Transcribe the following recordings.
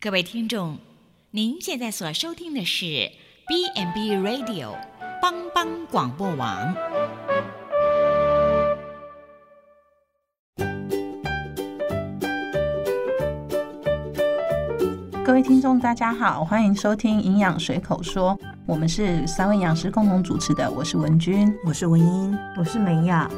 各位听众，您现在所收听的是 B n B Radio 帮帮广播网。各位听众，大家好，欢迎收听《营养随口说》，我们是三位营养师共同主持的，我是文君。我是文英，我是美雅，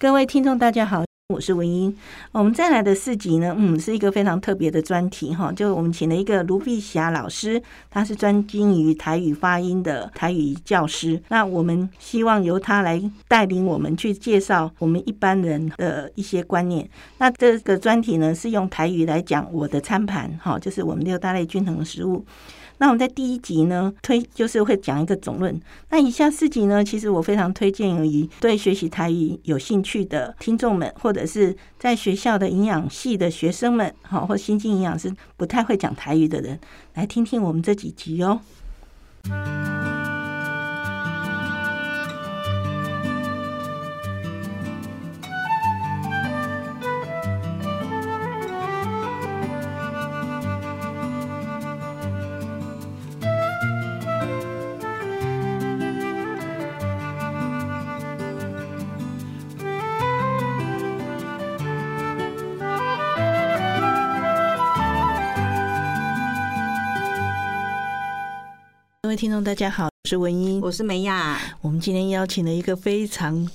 各位听众大家好，我是文英。我们再来的四集呢，嗯，是一个非常特别的专题哈，就我们请了一个卢碧霞老师，他是专精于台语发音的台语教师。那我们希望由他来带领我们去介绍我们一般人的一些观念。那这个专题呢，是用台语来讲我的餐盘哈，就是我们六大类均衡食物。那我们在第一集呢，推就是会讲一个总论。那以下四集呢，其实我非常推荐于对学习台语有兴趣的听众们，或者是在学校的营养系的学生们，好，或新进营养师不太会讲台语的人，来听听我们这几集哦。各位听众，大家好，我是文英。我是美雅，我们今天邀请了一个非常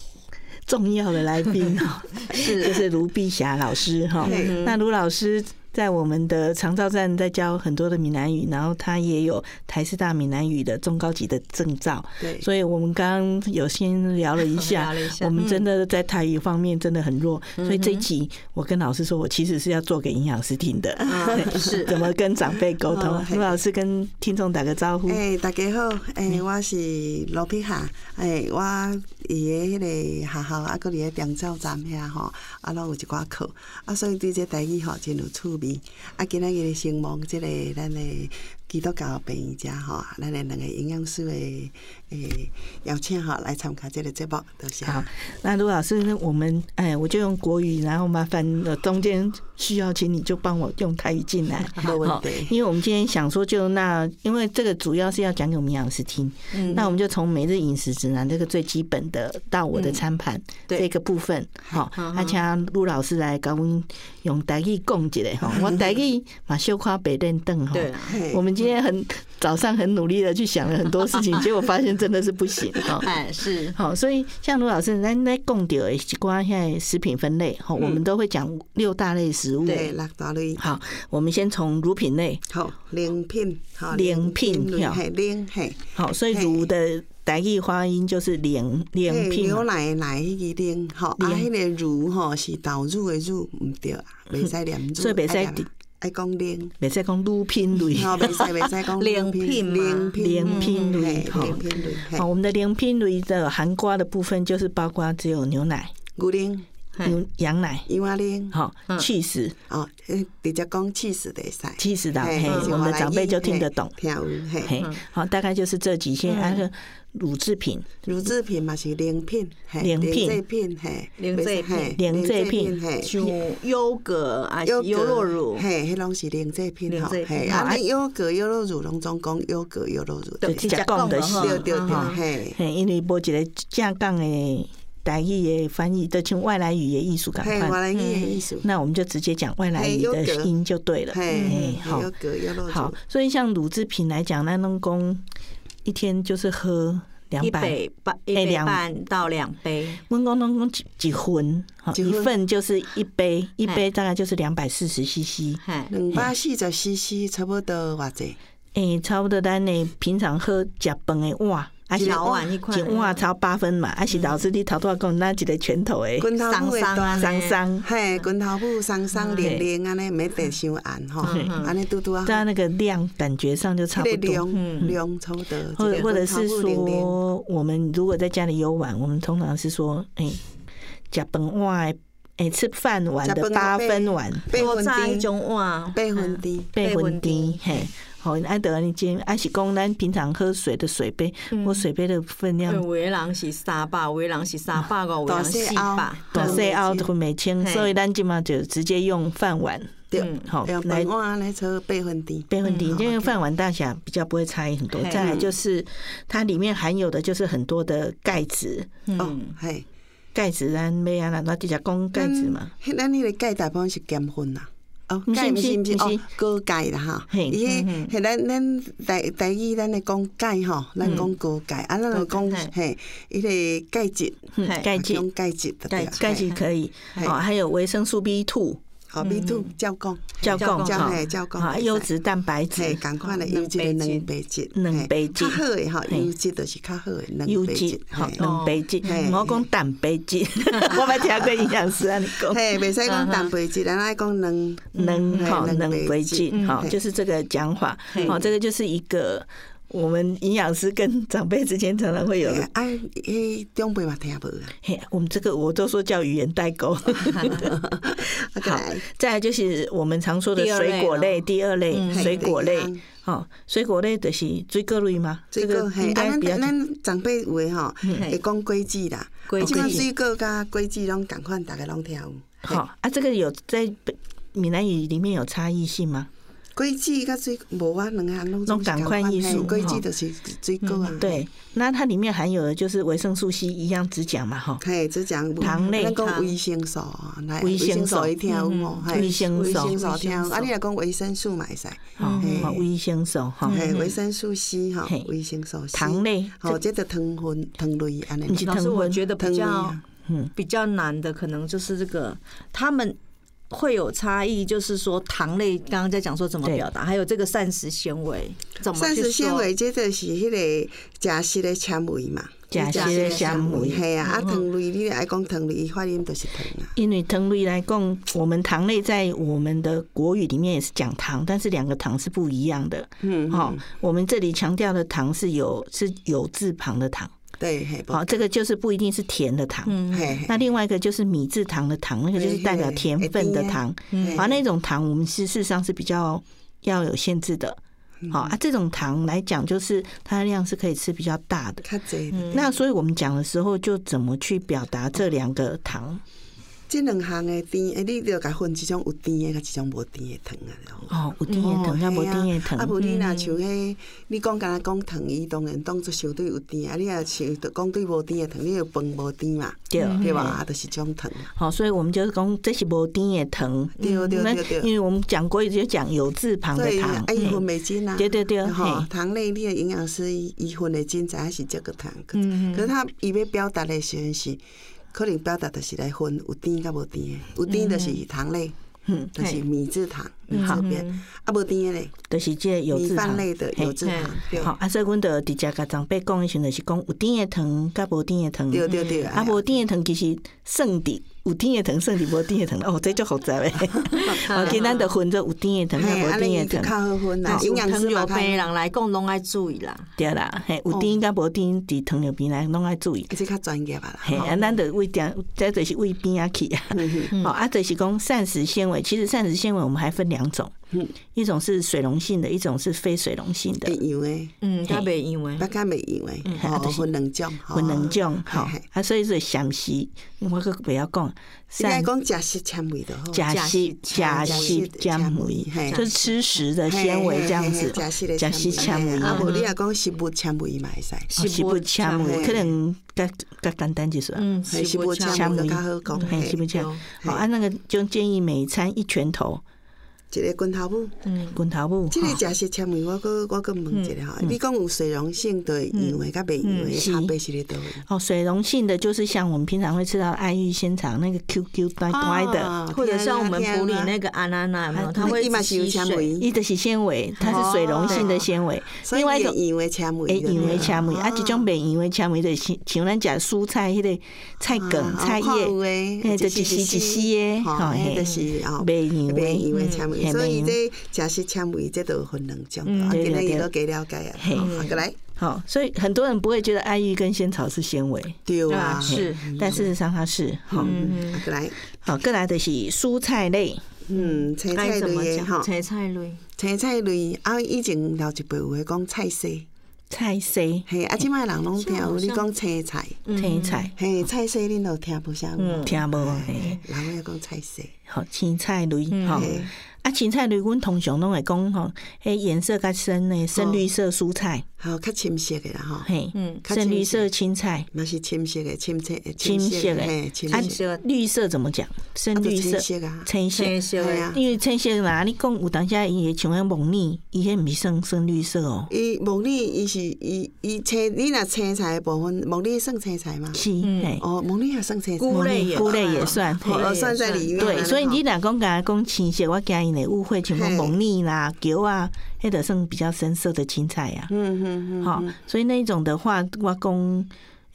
重要的来宾哦， 就是是卢碧霞老师哈。嗯对那卢老师在我们的长照站在教很多的闽南语，然后他也有台师大闽南语的中高级的证照，对所以我们刚刚有先聊了一聊 下了一，下嗯我们真的在台语方面真的很弱，所以这一集我跟老师说，我其实是要做给营养师听的，嗯是怎么跟长辈沟通哦。嘿卢老师跟听众打个招呼，哎诶、大家好，诶、嗯我是罗碧霞，诶、我伫个迄个学校，啊，搁伫个长照站遐吼，啊，拢有一寡课，啊，所以对这台语吼真有趣味。啊，今仔日承蒙即个咱的基督教病院家吼，咱的两个营养师的诶、邀请吼来参加即个节目，多谢。好，那卢老师，那我们哎，我就用国语，然后麻烦呃中间需要，请你就帮我用台语进来。没问好题 因为我们今天想说，就那因为这个主要是要讲给我们营养师听，嗯那我们就从每日饮食指南这个最基本的到我的餐盘、嗯对嗯这个部分，好，那请陆老师来跟我们用台语讲一下 哈，我台语嘛小夸白练凳哈。对啊，嘿我们今天很早上很努力的去想了很多事情，结果发现真的是不行 哈。哎是，好，所以像卢老师，咱在供掉的是关于现在食品分类，好，我们都会讲六大类食物。对，六大类，好，我们先从乳品类，好，零品，好，零品类吼嘿，零嘿，好，所以乳的台语发音就是连连嘿，品啊嘛牛，奶的奶迄个奶吼，啊，奶迄个乳吼是豆乳的乳，毋对 啊，袂使念乳，所以袂使爱念爱讲 奶，别再讲乳品类。吼，袂使袂使讲奶品嘛奶品，奶品嗯类嘿吼奶品类，嘿好，我们的连品类的含瓜的部分就是包括只有牛奶、牛奶、嘿牛羊奶，羊仔奶，好嗯，气死哦，呃直接讲 cheese 就会使气死的，嘿嘿，是我们的来长辈译就听嘿得懂。听有嘿，嘿，好，大概就是这几嗯些，还有乳制品，乳制品嘛是奶品，嘿，奶品奶制品，嘿，奶袂使制品嘿奶制品嘿。像优格啊，优优酪乳，嘿，迄拢是零制品零吼，制品嘿，好啊，啊咱优格、优酪乳拢总讲优格、优酪乳，对就是吃讲的是吃讲的对哈对对嗯，嘿，嘿，因为无一个正港的台语的翻译，都像外来语的艺术赶嘿，我快。来你的意思，那我们就直接讲外来语的音就对了。嘿，好优格、优酪乳，好，所以像乳制品来讲，那弄工一天就是喝两一百，杯半哎一杯两半到两杯，温工弄工几几份，好一一份份就是一杯，哎一杯大概就是两百四十 CC。嗨，两百四十 CC 差不多偌济，诶、差不多咱呢平常喝食饭的哇，还一碗一块嗯一碗超八分嘛，还是老师你头拄仔讲咱一个拳头诶，滚头母的松松啊大，三三。嘿，滚头母松松零零安尼，免得伤硬吼，安尼拄拄啊，但那个量感觉上就差迄不多。个量量差不多，或一个或者滚头是母零零说，我们如果在家里有碗，我们通常是说，哎、欸，加本碗的诶吃饭碗的八分碗，八我分在一甜，种嗯碗，八分甜，八分甜，嘿。好，安德你今啊安是讲咱平常喝水的水杯，我水杯的分量有的人是三百，有的人是三百五，有的大哦人细四凹百，，大细凹分袂清，嘿所以咱即嘛就直接用饭碗，对，嗯好用来饭碗来炒八分甜，没问题，嗯好因为饭碗大小比较不会差异很多。嘿再来就是它里面含有的就是很多的钙质，哦嗯，，嘿，钙质咱要安那那底下讲钙质嘛，咱，咱迄个钙大部分是咸分啦。哦，不是钙不毋是是毋是不是哦，高钙啦哈，嘿嗯伊迄迄咱咱台台语咱来讲钙吼，嗯咱讲高钙，啊，咱来高讲钙嘿，迄个钙质，嗯嘿钙质用钙质的钙钙质可以嘿哦，还有维生素 B two、好，B two 照讲，胶胶供供照嗯哈嘿照供啊，可以优质蛋白质哦嘿，共款的优质的两白质，两嘿白质较好诶吼，嘿优质就是较好诶优两白质质，，好哦蛋嘿白质，嘿我讲蛋白 质，我捌听过营养师安尼讲。嘿，嗯袂使讲蛋白质，咱爱讲能能啊好能为进好，嗯嘿就是这个讲法嘿好，这个就是一个我们营养师跟长辈之间常常会有的。啊，迄长辈嘛听无啊，嘿，我们这个我都说叫语言代 沟。啊，再来再来就是我们常说的第二类水果类，咯第二类嗯水果类嘿对，啊好，水果类就是水果类吗？水这果个嘿，应啊，该咱比较嗯咱长辈有诶吼，嘿会讲果子啦，哦果即款子水果甲果子拢共款，逐个拢听有。嘿好啊。这个有在闽南语里面有差异性吗？果子甲水无啊，两项拢拢同款意思嗯嘿果吼子就是水果啊，对，那它里面含有的就是维生素 C 一样只讲嘛，哈，嘿，只讲糖类咱讲糖维生素啊，来维维生生素素会听有哦，嘿维生素维生素听维生有，素啊，你若讲维生素嘛会使，好嗯嘿，嗯好哦维生素哈，嘿，哦维生素 C 哈嘿，维生素 C 糖，类，吼，这个糖分糖类安不是尼，老糖师，我分，觉得比糖类较啊，比较难的，可能就是这个他们。会有差异，就是说糖类刚刚在讲说怎么对表达，还有这个膳食纤维怎么膳去食纤说维这就是迄个食食的纤维嘛，假些纤维。嗯嘿啊，啊糖类你爱讲糖类，伊发音就是糖啊，因为糖类来供，我们糖类在我们的国语里面也是讲糖，但是两个糖是不一样的。嗯，好、我们这里强调的糖是有是有字旁的糖，对，嘿，好、这个就是不一定是甜的糖。嘿嘿，那另外一个就是米字糖的糖，那个就是代表甜分的糖，嗯啊，那种糖我们是事实上是比较要有限制的。嗯好、啊，这种糖来讲，就是它的量是可以吃比较大的。较济，那所以我们讲的时候，就怎么去表达这两个糖？这两项的甜，诶，你着甲分一种有甜的，甲一种无甜的糖啊，就好哦，有甜的糖，哦要无嘿啊甜的啊，糖。嗯无你若像迄，你讲敢若讲糖，伊当然当作相对有甜，啊，你若像讲对无甜的糖，你就饭无甜嘛，对对吧？嗯啊，就是种糖，好，所以我们就是讲这是无甜的糖，对对那对对。因为我们讲过，就讲有字旁所的以糖啊，，伊分嗯袂真啊，对对对吼嘿，糖类你的营养师伊伊分的真，知影是这个糖，可嗯可是他伊要表达的时阵是，可能表达就是来分有甜甲无甜的，有甜就是糖类，嗯，就是嘿米字糖，米字边，啊无甜的嘞，就是这个有米字饭旁类的嘿有字糖，对好，啊，所以阮就直接甲长辈讲的时阵，是讲有甜的糖，甲无甜的糖。对对哎对，啊，无甜的糖其实算伫有甜的糖，算伫无甜的 糖。哦，这就复杂诶。哦，今咱就分做有甜的糖，嘿，甲安无尼伊甜就的较糖。好分啦，营有养糖师嘛尿较病的人来讲拢爱注意啦。对啦，嘿，有甜甲无甜伫糖尿病来拢爱注意。这较专业啊嘿，啦。啊，咱的胃点，这就是胃边啊去啊。嗯哦，啊，就是讲膳食纤维，其实膳食纤维我们还分两种，嗯一种是水溶性的，一种是非水溶性的会，用诶，嗯，它袂因为别甲袂用诶，嗯哦，分两种，吼分两种。好哦嘿嘿，啊，所以说膳食，我个不要讲，你爱膳讲食食纤维就好。假食假假食食纤维纤维，嘿就是吃食的纤维这样子，食食的假食纤维。啊，无哦你若讲食物纤维嘛会使，食物纤维，嘿可能较较简单一些。啊嗯，嘿食食物物纤纤纤维维就较好讲，嘿，是不嘿，是？有好啊，那个就建议每餐一拳头，一个拳头母。嗯滚头母。即哈个食食纤维，我搁我搁问一嗯下吼，你讲有水溶性的羊的甲袂羊的是差别是咧倒位？哦，水溶性的就是像我们平常会吃到的爱玉仙肠那个 QQ 端端的，啊或者像我们普里那，天啊个安娜娜有哦没有，它天啊会伊嘛是有吸纤水。维，伊就是纤维，它是水溶性的纤维。所以另外一种伊的羊的纤维诶，就对哦了，因为纤维啊，一种袂因为纤维的，像像咱食蔬菜迄个菜梗、啊菜有看有叶，诶嘿，就是一丝一丝的，吼，吼迄嘿嗯就，是哦，袂因袂为因为纤维，诶，所以这食食纤维这都分两种，嗯啊，对今对日对也都加了解啊，嘿好，过来，好，所以很多人不会觉得爱玉跟仙草是纤维，对啊，是，但事实上它是哈。啊，过来，好，再来的是蔬菜类，嗯，青菜该怎么类的讲？吼，菜菜类，青菜类啊，以前老一辈有诶讲菜色，菜 C 嘿，啊，即摆人拢听有你讲青菜，青菜，嘿，菜色恁都听无啥嗯，无，听无嘿嘿，人要讲菜色，好，青菜类哈。嘿，啊，青菜类，阮通常拢会讲吼，迄颜色较深诶，深绿色蔬菜，好，较深色诶啦吼，嘿，嗯，较深绿深色色青菜，嘛是深色诶，深色诶，青色的嘿诶，，深啊色的，，绿色怎么讲？深啊，就绿色青，色啊，青色，青色嘿的，啊因为青色嘛，你讲有当下伊会像迄蒙腻，伊迄毋是算深绿色哦，伊木耳，伊是伊伊青，你若青菜的部分，木耳算青菜吗？是，嗯嘿，嗯哦，木耳也算青菜。菇类也菇类也算，嘿哦，算在里面。对，所以你若讲甲讲青色，我惊伊会误会，像讲嘿蒙腻啦、球啊，迄个算比较深色的青菜啊。嗯嗯嗯，吼、所以那一种的话，我讲，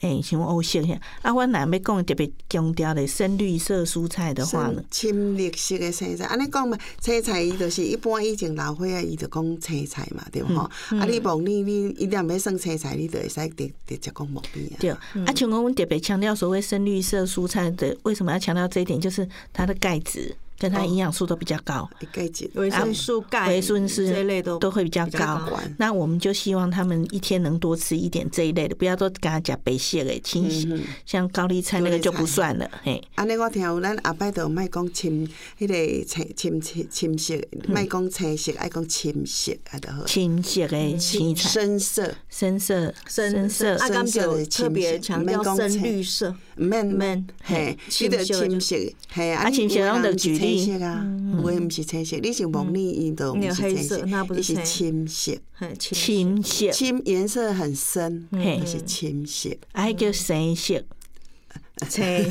诶、像欧色遐，啊，我若要讲特别强调的深绿色蔬菜的话呢，深绿色的青菜，安尼讲嘛，青菜伊就是一般以前老伙仔伊就讲青菜嘛，对吼？啊，你木耳你伊若要算青菜，你就会使直直接讲木耳啊。对，啊，像讲我们特别强调所谓深绿色蔬菜的，为什么要强调这一点？就是它的钙质跟它营养素都比较高，会解决。维生素、钙、维生素这类都都会比较比较高高。那我们就希望他们一天能多吃一点这一类的，不要都给他讲白色的、清洗，像高丽菜那个就不算了。嘿，安尼我听有，咱后摆就莫讲深，迄个青青青青色，莫讲青色，爱讲深色啊，就好。清色的青菜，深色，深色深色啊，深甘色就的特别强调青色深绿色，毋免毋免嘿，你深着色的深色，嘿，啊你深色有的咱人就是举例青色啊，有诶毋是青色，你是蒙你伊都毋你有是黑青色那不伊是是深青色，很清青色，深颜色很深，嗯嘿那是深色。啊，迄叫深色。青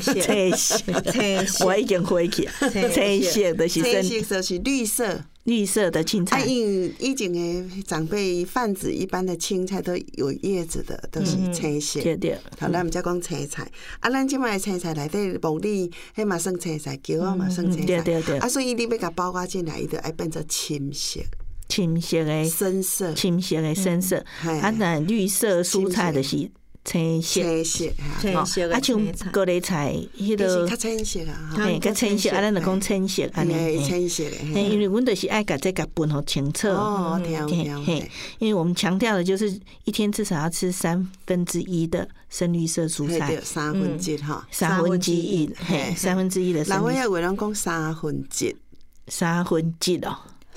色青色，青 色我已经回去了。青色青色的是青深色就是绿色，绿色的青啊，菜，因为以前的长辈泛指一般的青菜都有叶子的，都是青色。嗯对对，好，咱毋则讲青菜，啊，咱即卖青菜内底无理，迄嘛算青菜，球啊嘛算青嗯对菜，对对啊，所以你要甲包括进来，伊就爱变成深色、青色的深色、哎青色的深色，嗯啊，那绿色蔬菜的是青色。青色，哈，青哦色的啊，青像菜，高丽菜，迄伊是个较青色啊，哈，嘿，较个青色，啊，咱就讲青色，安尼。嘿嘿青色的，嘿因嘿为阮就是爱甲这甲分好清楚。哦，听有嘿听有嘿嘿，，因为我们强调的就是一天至少要吃三分之一的深绿色蔬嘿菜嗯对，，三分之一哈，三分之一，嘿，嘿三分之一的深老绿伙仔有人讲三分之一，三分之一哦，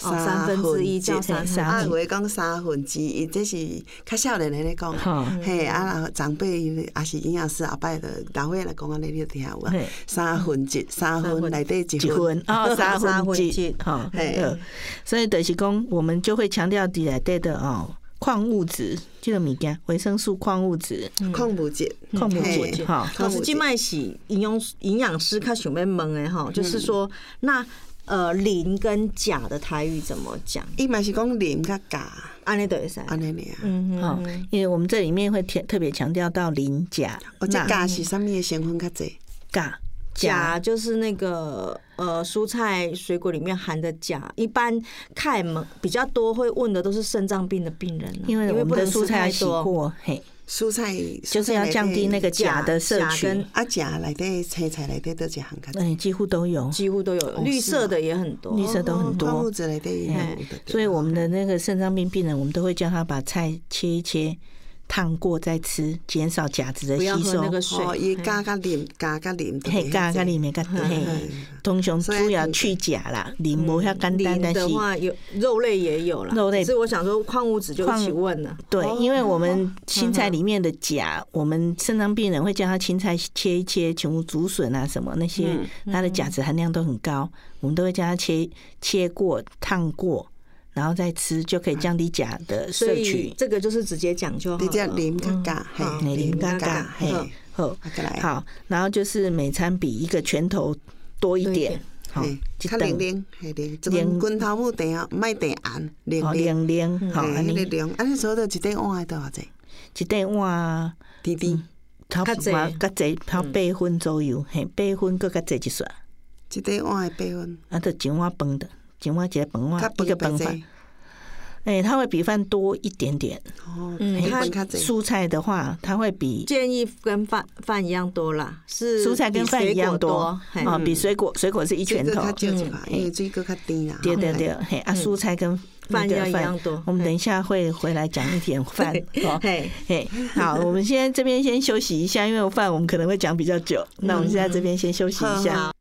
哦三分之一叫三分之一啊，有的讲三分之一，这是较少年的咧讲。哈，嘿，啊，老长辈也是营养师，后摆就老岁仔来讲安尼，你就听有啊嘿。三分一，三分内底一一分。分 哦，三三分分之之哈，嘿呃所以就是讲，我们就会强调伫内底的哦，矿物质这个物件，维生素、矿物质、矿物质，矿物嗯嘿质哦哈，可是即卖是营养营养师较想要问的嗯吼，就是说那呃磷跟钾的台语怎么讲？伊嘛是讲磷甲钾安尼就会使。安尼哦尔。嗯哈，哦因为我们这里面会特特别强调到磷钾、哦，这钠、钾是啥物的成分较济？钾、钾。钾就是那个呃蔬菜水果里面含的钾，一般看门比较多会问的都是肾脏病的病人啊、因为我们不的能蔬菜要太洗多。过，嘿，蔬菜嗯就是要降低那个钾的摄钾取跟，啊，钾内底青菜内底都一项较济，嗯，几乎都有，几乎都有，绿色的也很多，哦绿色都很哦矿物多。质内底也有的。所以我们的那个肾脏病病人，我们都会叫他把菜切一切，烫过再吃，减少钾质的不要吸喝收那。个水哦，，伊钾甲磷，钾甲磷都嗯嘿，加加嗯里面加嘿，嗯通常所以主要去钾啦，磷无遐简单，磷但是的话有肉类也有啦，肉类只是我想说矿物质就一起问了，对，因为我们青菜里面的钾，嗯我们肾脏病人会叫他青菜切一切，全竹笋啊什么那些，嗯它的钾质含量都很高，我们都会叫他切切过、烫过，然后再吃，就可以降低钾的所摄以取。这个就是直接讲就好你叫了。磷甲钾，嘿好，磷甲嗯加钾，加嘿，嘿，好啊，再来好，然后就是每餐比一个拳头多一多一点点，好，嘿一较顿零零，嘿零，一零根滚头母定啊，莫定红，零好零，零零，好，嘿安迄个尼零，安尼所到一块碗的多少济？一顿碗。滴滴，头较侪嘛较侪，头八分左右，嘿，八分搁较侪一撮，一块碗的八分，啊，着一碗饭的一碗一个饭碗较一饭个较饭济饭，哎，它会比饭多一点点。哦，嗯嗯，它分较济，蔬菜的话，它会比建议跟饭饭一样多啦，是蔬菜跟比饭水一样果多多啊，嘿，哦比水果水果是一水拳果头较，少一嗯块，嘿因为水果较甜啦。对对吼对，，嘿啊，蔬菜跟那饭个要一样多我们等一下会回来讲一点 饭哦。嘿，嘿，好，我们现在这边先休息一下，因为饭我们可能会讲比较久，嗯那我们现在这边先休息一下。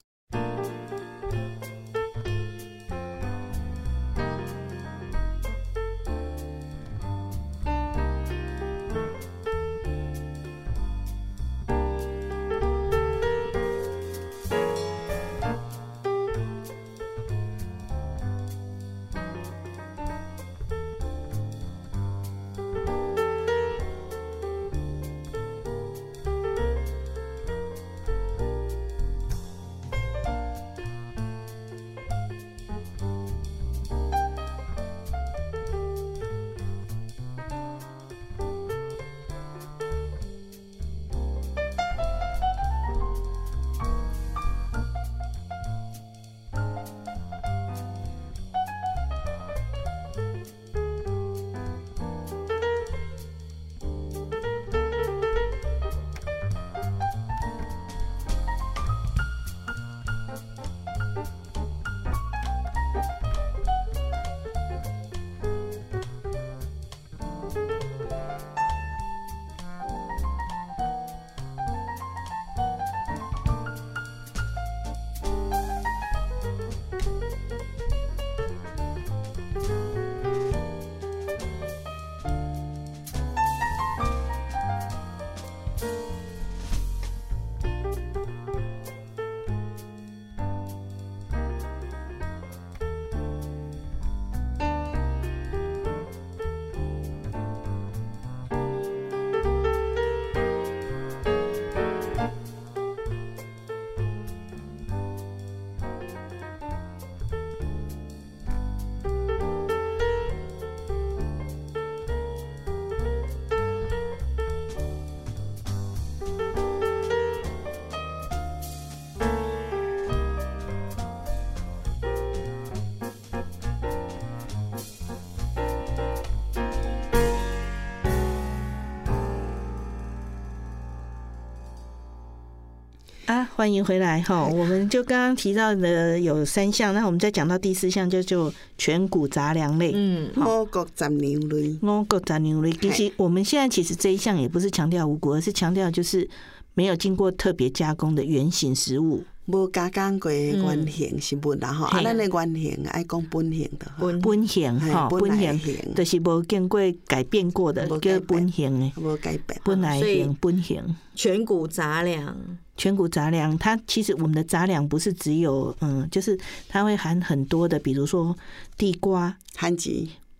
啊，欢迎回来哈！我们就刚刚提到的有三项，那我们再讲到第四项，就就全谷杂粮类。嗯，五谷杂粮类，五谷杂粮类，其实我们现在其实这一项也不是强调五谷，而是强调就是没有经过特别加工的原型食物。无加工过的原型食物啦吼，啊，嘿咱的原型爱讲本型的吼，温本型嗯嘿哈，本本来的型型就是无经过改变过的没改，叫变本型的，无改变。本来所以型本型。全谷杂粮，全谷杂粮，它其实我们的杂粮不是只有嗯，就是它会含很多的，比如说地瓜，番薯、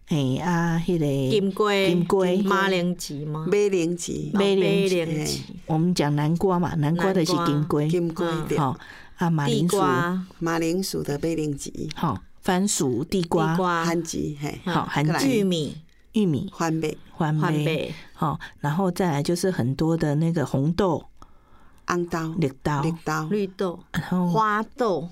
哎啊，迄、个金龟、金龟马铃薯吗？马铃薯、马哦铃薯马铃薯、我们讲南瓜嘛，南瓜的是金龟，金龟嗯对，哦啊马地铃薯，瓜、马铃薯的马铃薯、好、番薯、地地瓜，瓜、番薯嘿，好嗯韩再来玉米、玉米、番麦、番番麦，贝、好、然后再来就是很多的那个红豆、红豆、绿豆，绿豆、绿豆、然后花豆、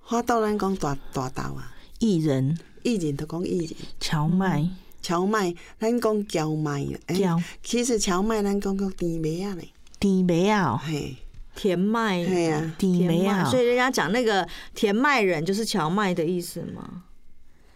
花豆，咱讲大大豆啊，薏仁、薏仁都讲薏仁，荞麦、嗯荞麦咱讲荞麦啊，哎诶叫其实荞麦咱讲叫甜麦啊嘞，甜梅啊，嘿，甜麦。嗯嘿啊，甜甜梅麦，啊所，以人家讲那个甜麦人就是荞麦的意思嘛。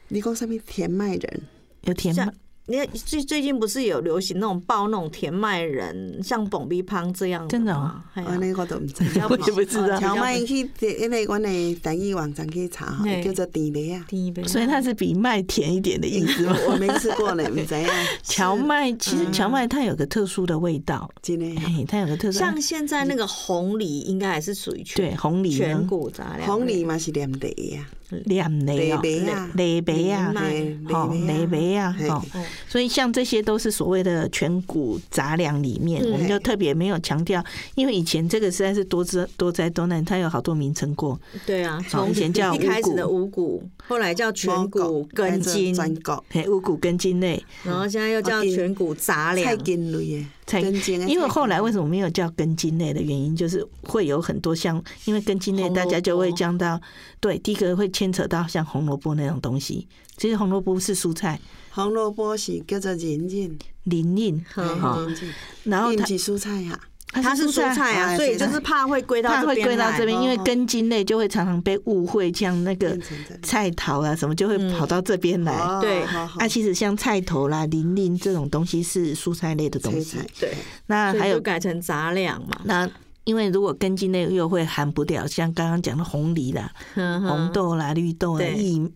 你讲啥物甜麦人？有甜像麦，你看最最近不是有流行那种爆那种甜麦人，像蹦逼胖这样真的哦吗？嘿啊安尼我都毋知。 我也不知道荞麦去迄个阮的台语网站去查吼嘿，叫做甜麦啊，第一杯，所以它是比麦甜一点的意思嘛。我我没吃过呢，毋知啊影。 荞麦其嗯实荞麦它有个特殊的味道，真诶，嘿，它有个特殊，像现在那个红梨应该还是属于全对红梨啊全呢，谷杂粮，红梨嘛是黏地的啊，两梅地哦，麦啊，雷梅啊，麦嘿哦，雷梅啊，嘿哦，所以像这些都是所谓的全谷杂粮里面，嗯我们就特别没有强调，因为以前这个实在是多灾多灾多难，它有好多名称过，对啊，从以前叫一五开始谷的五谷，后来叫全谷根改做茎，哦全国嘿，五谷根茎类，然后现在又叫啊根全谷杂粮菜，根类的，才根茎啊的菜因为后来为什么没有叫根茎类的原因，就是会有很多像，因为根茎类红大家就会萝卜讲到，对，第一个会牵扯到像红萝卜那种东西。其实红萝卜是蔬菜，红萝卜是叫做人参，鳞鳞，嗯好人参，然后伊它不是蔬菜啊呀、它是蔬菜啊，哎所以就是怕会归到怕这会边归到来这边，因为哦嗯根茎类就会常常被误会，像那个变成这样菜桃啊什么，就会跑到这边来。哦对好好啊，其实像菜头啦、鳞鳞这种东西是蔬菜类的东切西菜。对，那所还以有就改成杂粮嘛，那因为如果根茎类又会含不掉，像刚刚讲的红梨啦、红红豆啦、绿豆啦、嗯对薏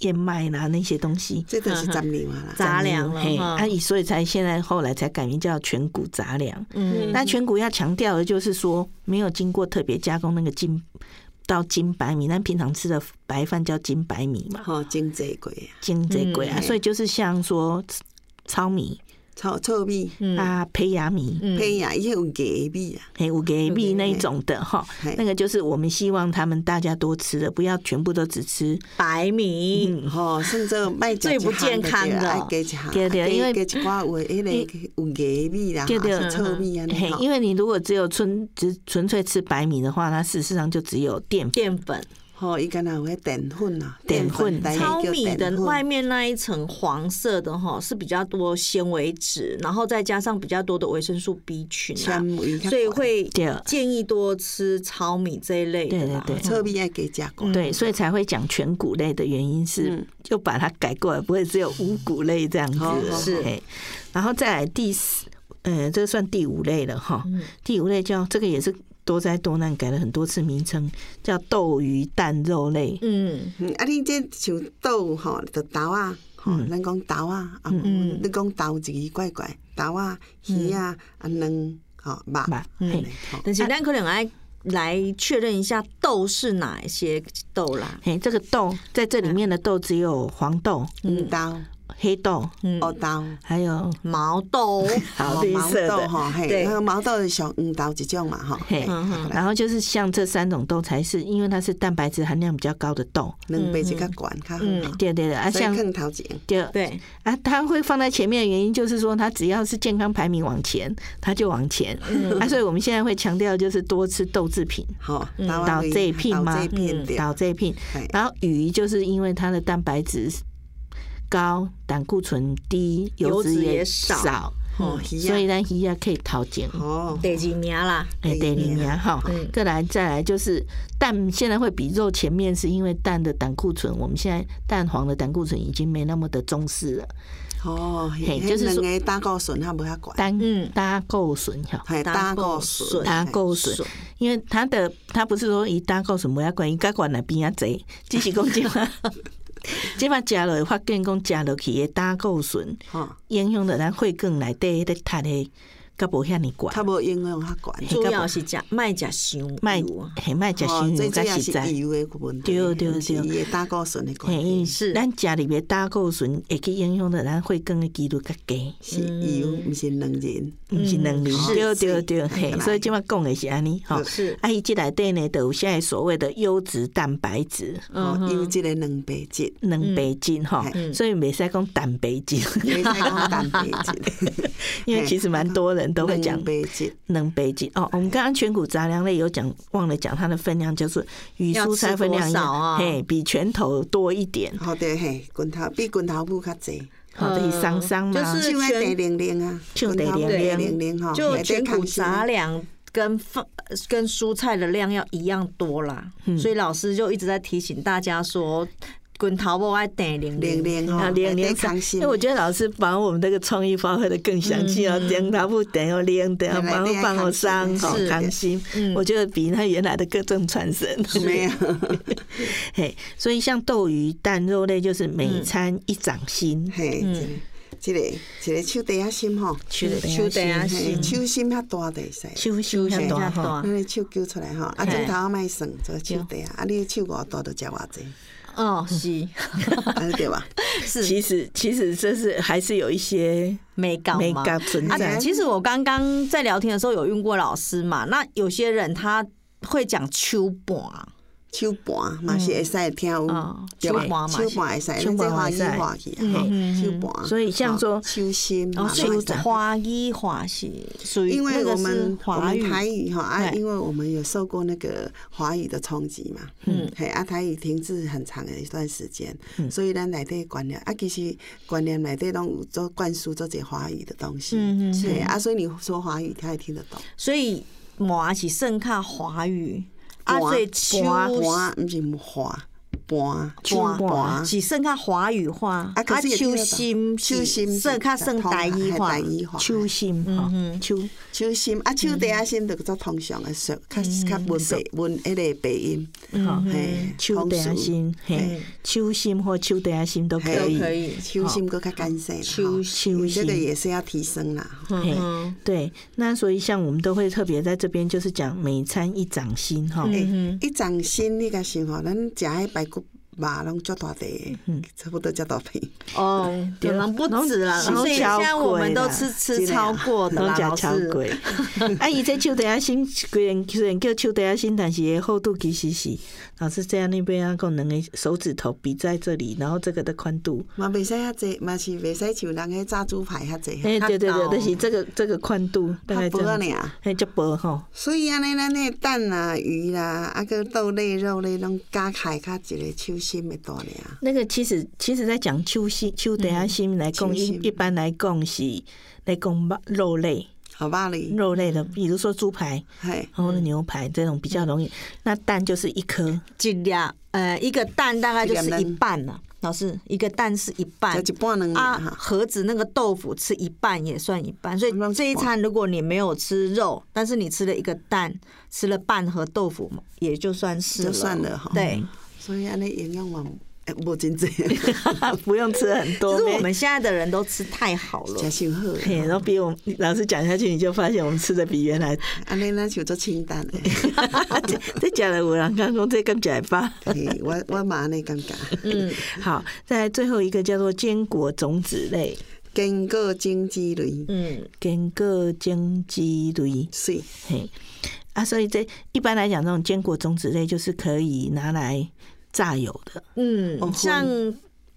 燕麦啦那些东西。这都是杂粮啊啦，杂粮了嘿，哈啊，以所以才现在后来才改名叫全谷杂粮。嗯那全谷要强调的就是说，没有经过特别加工那个精到精白米，但平常吃的白饭叫精白米嘛，吼经济贵啊，精这贵啊，嗯所以就是像说糙米臭臭米、嗯啊、胚芽米、嗯胚芽，伊有芽米啊，嘿五给米那一种的哈嘿，那个就是我们希望他们大家多吃的，不要全部都只吃白米，嗯吼，甚至卖食最不健康的爱加一项，对对加因为加一寡有迄个有芽米啦，对对啊臭米安嘿尼，吼因为你如果只有纯只纯粹吃白米的话，它事实上就只有淀粉。淀粉，吼，伊敢若有迄淀粉啊，淀粉台语糙叫米的淀粉外面那一层黄色的哈是比较多纤维质，然后再加上比较多的维生素 B 群啊，纤维较所以高会对建议多吃糙米这一类的啦。对对对臭米爱加食过，对，所以才会讲全谷类的原因是，就把它改过来，不会只有五谷类这样子嗯好好。好是，嘿然后再来第四，呃，这算第五类了哈。嗯第五类叫这个也是多灾多难，改了很多次名称，叫豆鱼蛋肉类。嗯，嗯，啊，你这像豆吼，就豆啊，吼，咱讲豆啊，啊，嗯你讲豆一个怪怪，豆啊，鱼啊，啊卵，吼，肉，肉嗯安尼吼但是咱可能来来确认一下豆是哪一些豆啦。嘿，这个豆在这里面的豆只有黄豆、黄豆、黑豆，嗯，黑豆。还有毛 豆，好哦绿毛色豆的。吼，嘿，对那个毛豆是上黄豆一种嘛，吼，嘿，嗯嗯然后就是像这三种豆才是，因为它是蛋白质含量比较高的豆。两倍就较悬较好嗯，对对对，啊，所以像放头前，对对，啊，它会放在前面的原因就是说，它只要是健康排名往前，它就往前。啊，所以我们现在会强调就是多吃豆制品，吼，嗯豆豆啊这一片吗豆这一片对，岛这一片嘿。然后鱼就是因为它的蛋白质高，胆固醇低，油油脂脂也也少少，吼，鱼所以啊，咱鱼也可以淘减。吼，得几年啦？哎，对对，里对面哈嗯，再来再来就是蛋，现在会比肉前面，是因为蛋的胆固醇，我们现在蛋黄的胆固醇已经没那么的重视了，吼，嘿嘿，就迄是说哦两个胆固醇较无遐悬，单嗯搭构损哈，嘿，胆固醇，胆固醇，因为它的它不是说伊胆固醇不要管，伊该管哪边啊贼，只是讲即 嘛，即嘛食落发现讲食落去的胆固醇吼，影响到咱血管内底迄个碳的，甲无遐尼较悬，无影响较悬。主要是食卖食香卖油，啊嘿卖食哦香最油主甲要实在是。油的问题，对对不是对伊的胆固醇的关嘿，系，是咱食里面胆固醇会去影响到咱血管的几率较低，是油，嗯毋是两人。毋是能力。是嗯对是对对，嘿，来所以即马讲的是安尼吼。是啊，伊即内底呢，就有现在所谓的优质蛋白质。哦，有即个两白质，蛋白质嗯哈，所以袂使讲蛋白 质，你使讲蛋白质，因为其实蛮多人 都会讲蛋白质。蛋白质哦。我们刚刚全谷杂粮类有讲，忘了讲它的分量，就是与要蔬吃菜分量一多少样，啊嘿，比拳头多一点，好的嘿，拳头比拳头母较济，好，这是桑桑嘛，呃就是手爱地零零啊，手拳地头零零地零零吼，就内底全抗谷生杂粮跟饭跟蔬菜的量要一样多啦，嗯所以老师就一直在提醒大家说，滚淘宝爱等零零零，零啊，吼，连内连底抗生因为我觉得老师把我们这个创意发挥的更详细了，连拿不等要连等要帮帮我伤好是康心，我觉得比那原来的更更传神。没有， 嘿，所以像豆鱼蛋肉类就是每餐一掌心，嘿，即个即个手底下心吼，手底手啊底下嘿心手心较大就会使。修修手下比较大大哈。咱的手揪出来吼，啊，嘿枕头莫算，做手底啊，啊，你的手偌大就食偌济， 嗯哦，是啊，对吧？其实其实这是还是有一些没搞美吗？感存啊，在。其实我刚刚在聊天的时候有用过老师嘛，那有些人他会讲秋半，手盘嘛是会使听有，哦对吧手盘嘛手盘会使，手咱盘这嘛花会使语话去啊，嗯嘿嗯手嗯盘。所以像说哦手心哦，嘛，所嘛以是华裔华系属于因为那我个是们我华们语，台语哈啊，对因为我们有受过那个华语的冲击嘛，嗯嘿啊，台语停滞很长的一段时间，所以咱内底的观念啊，其实观念内底拢有做灌输做些华语的东西，嗯嗯嗯嘿啊，所以你说华语他也听得懂，所以马是盛看华语，啊，盘所以秋盘不是华盘盘盘是盛看华语化，啊，可是也听秋得懂心手心盛看盛台语话，化台，语化秋心哈，秋手嗯心啊，手底啊心就做通常的说，较较文白文迄个白音，嗯哈，嘿，秋通的俗心，嘿，秋心或秋的心都可以都。可以。手心搁较干净啦，手吼心这个也是要提升啦。嘿嗯对，那所以像我们都会特别在这边就是讲每餐一掌心嗯哈，哎诶、一掌心你甲想吼，咱食迄排骨肉拢足大块的，嗯差不多足大片。哦，可能不止啦，然后所以现在我们都吃吃超过的拢啦，食老超师。过。 啊，伊这手底仔心虽然虽然叫手底仔心，但是它的厚度其实是老师这样那边啊，够两个手指头比在这里，然后这个的宽度，嘛袂使遐济，嘛是袂使像人迄炸猪排遐济，嗯哎、对对对，高但是这个这个宽度大概这较薄样啊子，尔。哎，就薄哈，所以安尼，咱迄蛋啦、鱼啦，啊个豆类、肉类，拢加开较一个手心的大尔。那个其实其实在讲秋心秋底下心来嗯供、秋一心一般来供是来供肉肉类好吧嗯哩，肉类的，比如说猪排。嘿，然后牛排这种比较容易，那蛋就是一颗，几两呃，一个蛋大概就是一两一蛋半了。老师，一个蛋是一半，就一半两啊尔，哈。盒子那个豆腐吃一半也算一半，所以那这一餐如果你没有吃肉，但是你吃了一个蛋，吃了半盒豆腐，也就算是就算了哈对，所以安尼营养嘛，诶无 真济， 不用吃很就多。是我们现在的人都吃太好了食，伤好的。嘿，然后比我们老师讲下去，你就发现我们吃的比原 来，安尼咱就做清 淡的。这这讲了我刚刚说这更解吧。嘿我我嘛安尼感觉。嗯好，再来最后一个叫做坚果种子类，坚果种子类，嗯，坚果种子类，水嘿，啊，所以这一般来讲，这种坚果种子类就是可以拿来榨油的，哦嗯，像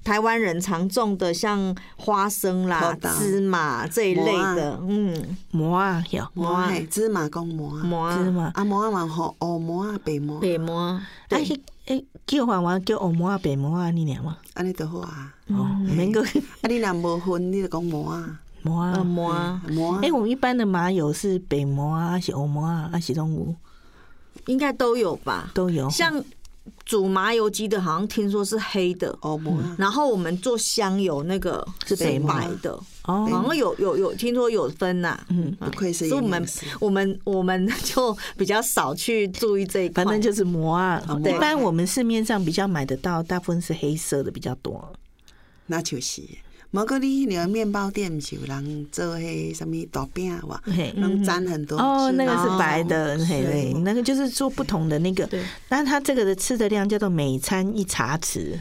台湾人常种的，像花生啦葡、萄芝麻这一类的，嗯，磨啊有，麻麻嘿芝麻讲麻啊，麻芝麻，啊麻啊嘛吼，黑麻啊白麻，北麻，啊对，迄诶，叫法我叫红磨啊，白磨啊，你俩嘛，安尼就好啊。哦，免个啊你若无分，你就讲麻啊，磨啊呃。麻麻啊哎、，我们一般的麻油是北麻啊，还是欧麻啊，还是东吴应该都有吧，都哦有。像煮麻油鸡的，好像听说是黑的，黑麻嗯啊，然后我们做香油那个是北麻白的，好哦，像有有有听说有分呐、嗯，不愧是所以我营养们师。我们我们 就比较少去注意这一块，反正就是麻啊。哦一对般我们市面上比较买得到，大部分是黑色的比较多。那就是。无过你迄个面包店毋是有人做迄什物大饼哇嘿，拢沾很多。哦，是那个啊是白的，嘿是对，那个哦就是做不同的那个。那它这个的吃的量叫做每餐一茶匙，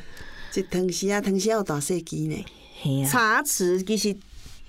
一汤匙啊，汤匙有大细支呢，嘿呀、啊，茶匙其实，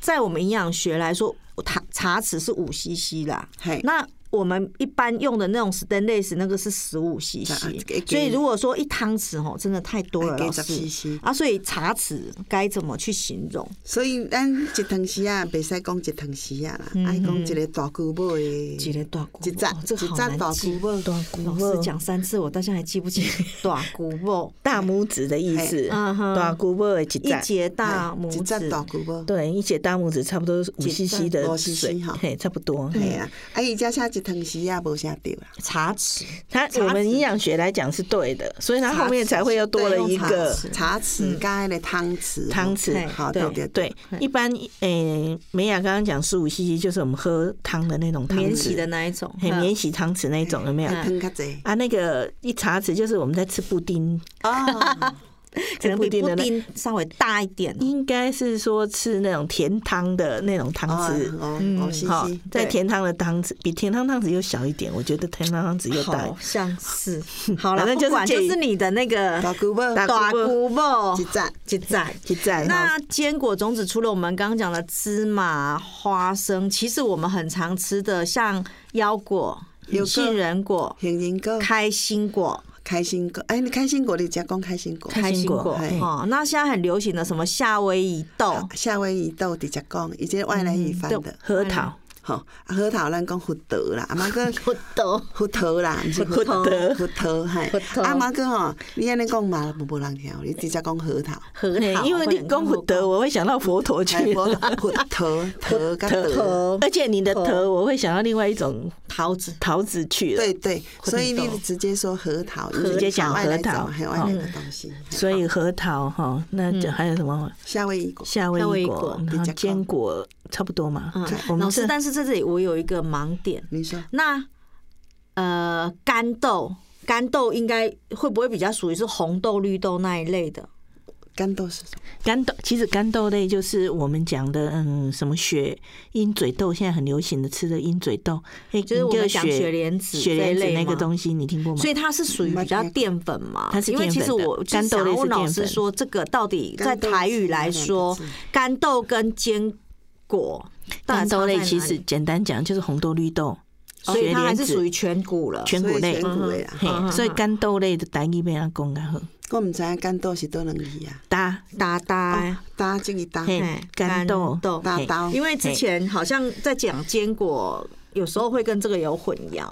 在我们营养学来说，茶茶匙是五 CC 啦，嘿，那我们一般用的那种 stainless 那个是十五 CC，啊这个所以如果说一汤匙哦，真的太多了，哎给老师10啊，所以茶匙该怎么去形容？所以咱一汤匙啊，袂使讲一汤匙啊啦，爱讲一个大姑母的，几个大姑母，一扎哦这个一好扎难大记姑母，大骨老肉师讲三次，我到现在还记 不起短骨肉，大拇指的意思，嘿嗯哼大骨肉的一哎节。一节大拇一扎指，大姑母。对，一节大拇指差不多五节 CC 的五 CC 水哈，嘿，差不多。对啊，啊伊遮写一汤匙也无写对啦，茶匙，它我们营养学来讲是对的，所以它后面才会又多了一个对用茶匙加迄个汤匙，汤匙。对好对对对对，一般诶，美雅刚刚讲十五 CC 就是我们喝汤的那种汤免洗的匙，那一种，嗯很免洗汤匙那种，有没有？汤较济啊，那个一茶匙就是我们在吃布丁，哦，可能比布丁的布那丁稍微大一点，应该是说吃那种甜汤的那种汤匙。哦哦，是好是，，在对甜汤的汤匙比甜汤汤匙又小一点，我觉得甜汤汤匙又大一好像是，好了，反正就是不管介就于是你的那个大姑母大骨肉一扎，一扎。点，一赞哈。那坚果种子除了我们刚刚讲的芝麻、花生，其实我们很常吃的像腰果有、个杏仁果、杏仁果、开心果、开心果，哎，你开心果你只讲开心果，开心果哎哦，那现在很流行的什么夏威夷豆，哦夏威夷豆直接讲，伊这外来语翻豆的，核桃，吼、啊核桃咱讲核桃啦，啊 嘛 个不豆，核桃啦，毋是核桃，核桃核嘿，桃啊嘛个吼，你安尼讲嘛无无人听，你直接 讲核桃，核嘿桃，因为你功夫得，我会想到佛陀哎，去，无核桃桃甲桃，核 而且你哦的得我会想到另外一种桃子，桃子去了，对对，所以你直接说核桃，直接讲外来核桃种还有外来的东西，哦所以核桃哈，那这嗯还有什么夏威夷果，夏威夏威夷夷果果，然比后较坚果差不多嘛嗯。我，们老师，这但是在这里我有一个盲点，你说那呃，干豆，干豆应该会不会比较属于是红豆、绿豆那一类的？干豆是什么？干豆，其实干豆类就是我们讲的，嗯，什么雪鹰嘴豆，现在很流行的吃的鹰嘴豆，哎，就是我你这们个讲雪雪莲子雪莲这子一类那个吗东西，你听过吗？所以它是属于比较淀粉嘛？它是因为其淀实粉的我干豆类是想问老淀师粉说，这个到底在干豆台是语来哪两个说字，干豆跟坚果，干豆类其实实简单讲就是红豆、绿豆、所以雪它还莲是属子于、全谷了。全谷所以类全。谷类啦，嘿嗯嗯，嗯所以干豆类的单语被人讲啊，我毋知影干豆是倒两字啊，搭哒哦哒，搭这个搭哎嘿嘿干干豆豆搭嘿刀，因为之前好像在讲坚果，有时候会跟这个有混淆，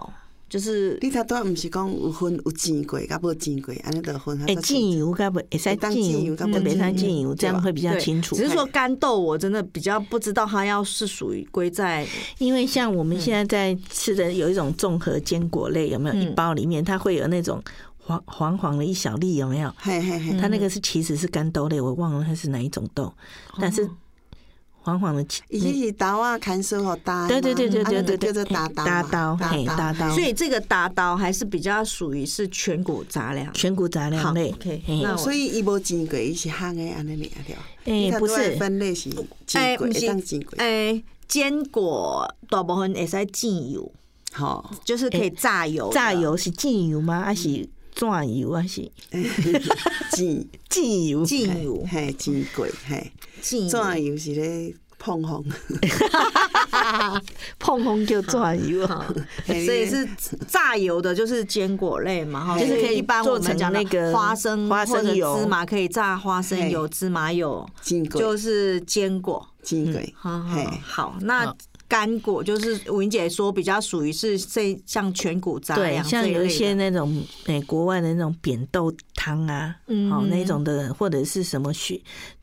就是你头拄毋是讲有分有煎过，甲无煎过，安尼就分较哎，较浸油该不？哎，塞当浸浸油，油跟对不别塞浸浸油油，这样对吧会比较对清楚。只是说干豆，我真的比较不知道它要是属于归在因为像我们现在在吃的有一种综合坚果类，有没有？嗯一包里面它会有那种黄黄黄的一小粒，有没有？嘿嘿嗯嘿，它那个是其实是干豆类，我忘了它是哪一种豆，哦但是黄黄的其。伊迄是刀啊，砍手互打的对嘛，对对对啊对那对就对，叫做打刀搭嘛，刀，嘿，搭刀，所以这个大刀还是比较属于是全谷杂粮。全谷杂粮好类， ，OK，嘿那我所以伊无煎过，伊是烘的安尼尔对吧。哎你看不拄仔的是分类是哎，煎过，不会是当煎过，哎，坚果大部分也是浸油，吼，就是可以榨油的。榨油是浸油吗？还嗯是转油？还是煎浸油？浸油，嘿煎过嘿，浸油怎又是咧碰红， 碰碰就转油啊，嘿所以是榨油的，就是坚果类嘛，哈，就是可以一般我做们成讲的那个花生、花生油或者芝麻可以榨花生油、芝麻油，煎就过是坚果。煎嗯过，好好嘿好，那好干果就是吴英姐说比较属于是这像全谷杂对，粮，像有一些。那种诶、国外的那种扁豆汤啊，嗯哦那种的，或者是什么雪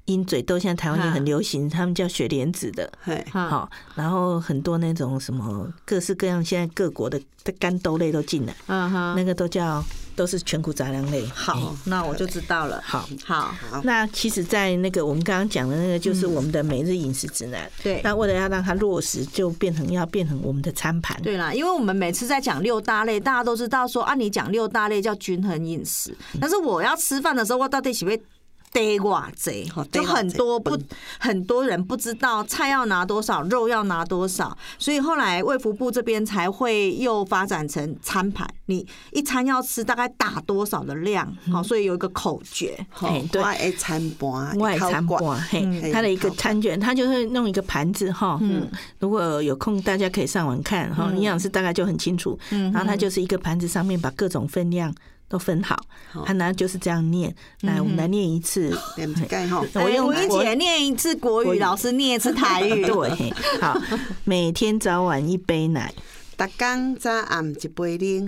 鹰嘴豆，现在台湾也很流行，他们叫雪莲子的，嘿，好，好、然后很多那种什么各式各样，现在各国的的干豆类都进来，嗯哼，那个都叫都是全谷杂粮类。好，那我就知道了。好，好，嗯那其实，在那个我们刚刚讲的那个，就是我们的每日饮食指南。对那为了要让它落实，就变成要变成我们的餐盘。对啦，因为我们每次在讲六大类，大家都知道说啊，你讲六大类叫均衡饮食，但是我要吃饭的时候，我到底喜不喜欢得哇贼哦，得就多很多不贼很多人不知道菜要拿多少，肉要拿多少，所以后来卫福部这边才会又发展成餐盘，你一餐要吃大概打多少的量，好，所以有一个口诀，吼嘿对我的餐盘，外餐口馆，嘿，嗯它的一个餐卷，它就会弄一个盘子哈。嗯，如果有空，大家可以上网看哈，营养师大概就很清楚。嗯，然后它就是一个盘子上面把各种分量都分好，嗯它呢就是这样念。来，我们来念一 次。念一盖吼，我用吴英我姐念一次国国语语，老师念一次台 语，对，嘿好，每天早晚一杯奶，逐工早暗一杯奶，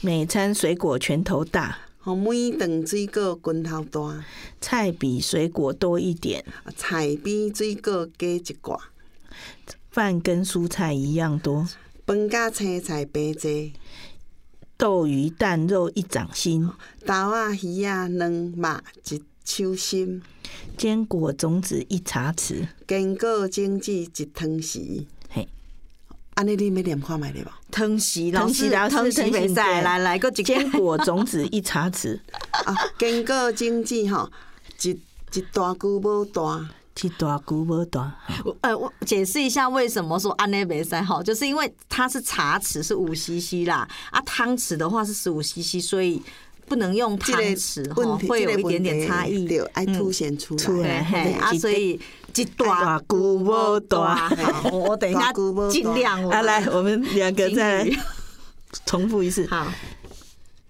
每餐水果拳头大，吼每顿水果拳头大，菜比水果多一点，啊菜比水果加一寡，饭跟蔬菜一样多，饭甲青菜平济。豆鱼蛋肉一掌心，豆仔、鱼仔、卵、肉一手心，坚果种子一茶匙。坚果种子一汤匙。嘿，安尼你要念看觅咧无？藤席老师，藤席老师藤席藤席没对赛，来来个几坚果种子一茶匙， 啊，坚果种子吼，一一大句无大，一大股无 大，呃，我解释一下为什么说安内梅塞好，就是因为它是茶匙是五 CC 啦，啊，汤匙的话是十五 CC，所以不能用这汤个匙哈问，题会有这一个点点差问题异。对，爱凸显出出来。来对，嘿嘿啊，所以一大股无大。大好我我等一下大姑母大尽量我啊，来，我们两个再来金鱼重复一次：好，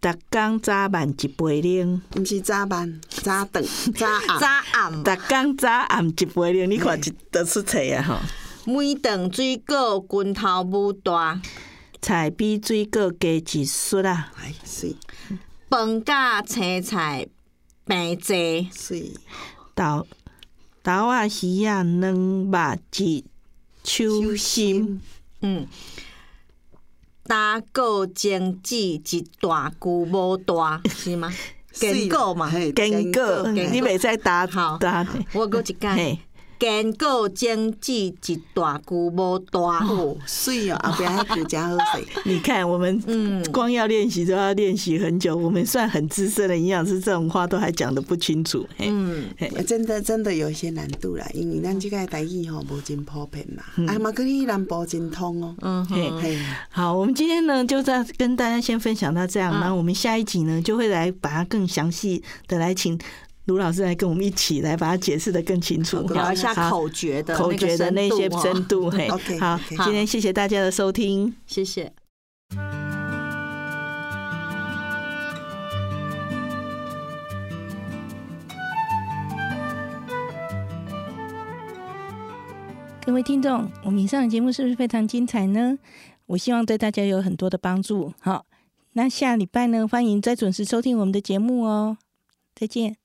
逐工早晚一杯奶。毋是早晚、早顿、早 早暗，暗逐工早暗一杯奶，你看一得出册啊吼。每顿水果拳头母大，菜比水果加一束啊，哎，水饭甲青菜平济，水豆豆啊鱼啊卵肉一手心，嗯，打果种子一大箍无大，是吗？水坚果嘛，嗯嘿坚果嗯啊嘿 你袂使打好打我搁一嘿讲，坚果种子一大箍无大，哦，水哦，后壁迄句真好势。你看，我们嗯光要练习都要练习很久，我们算很资深的营养师，这种话都还讲得不清楚。嘿嗯，啊真的真的有一些难度啦，因为咱即个台语吼无真普遍嘛，啊嘛，佮去南部真通哦。嗯嘿哼，嘿，好，我们今天呢就在跟大家先分享到这嗯样，然后我们下一集呢就会来把它更详细的来请卢老师来跟我们一起来把它解释的更清楚，聊一下好口诀的口诀的那些个深深度哦，度。 嘿 OK，好 OK，今天谢谢大家的收听。谢谢。各位听众，我们以上的节目是不是非常精彩呢？我希望对大家有很多的帮助。好，那下礼拜呢，欢迎再准时收听我们的节目哦。再见。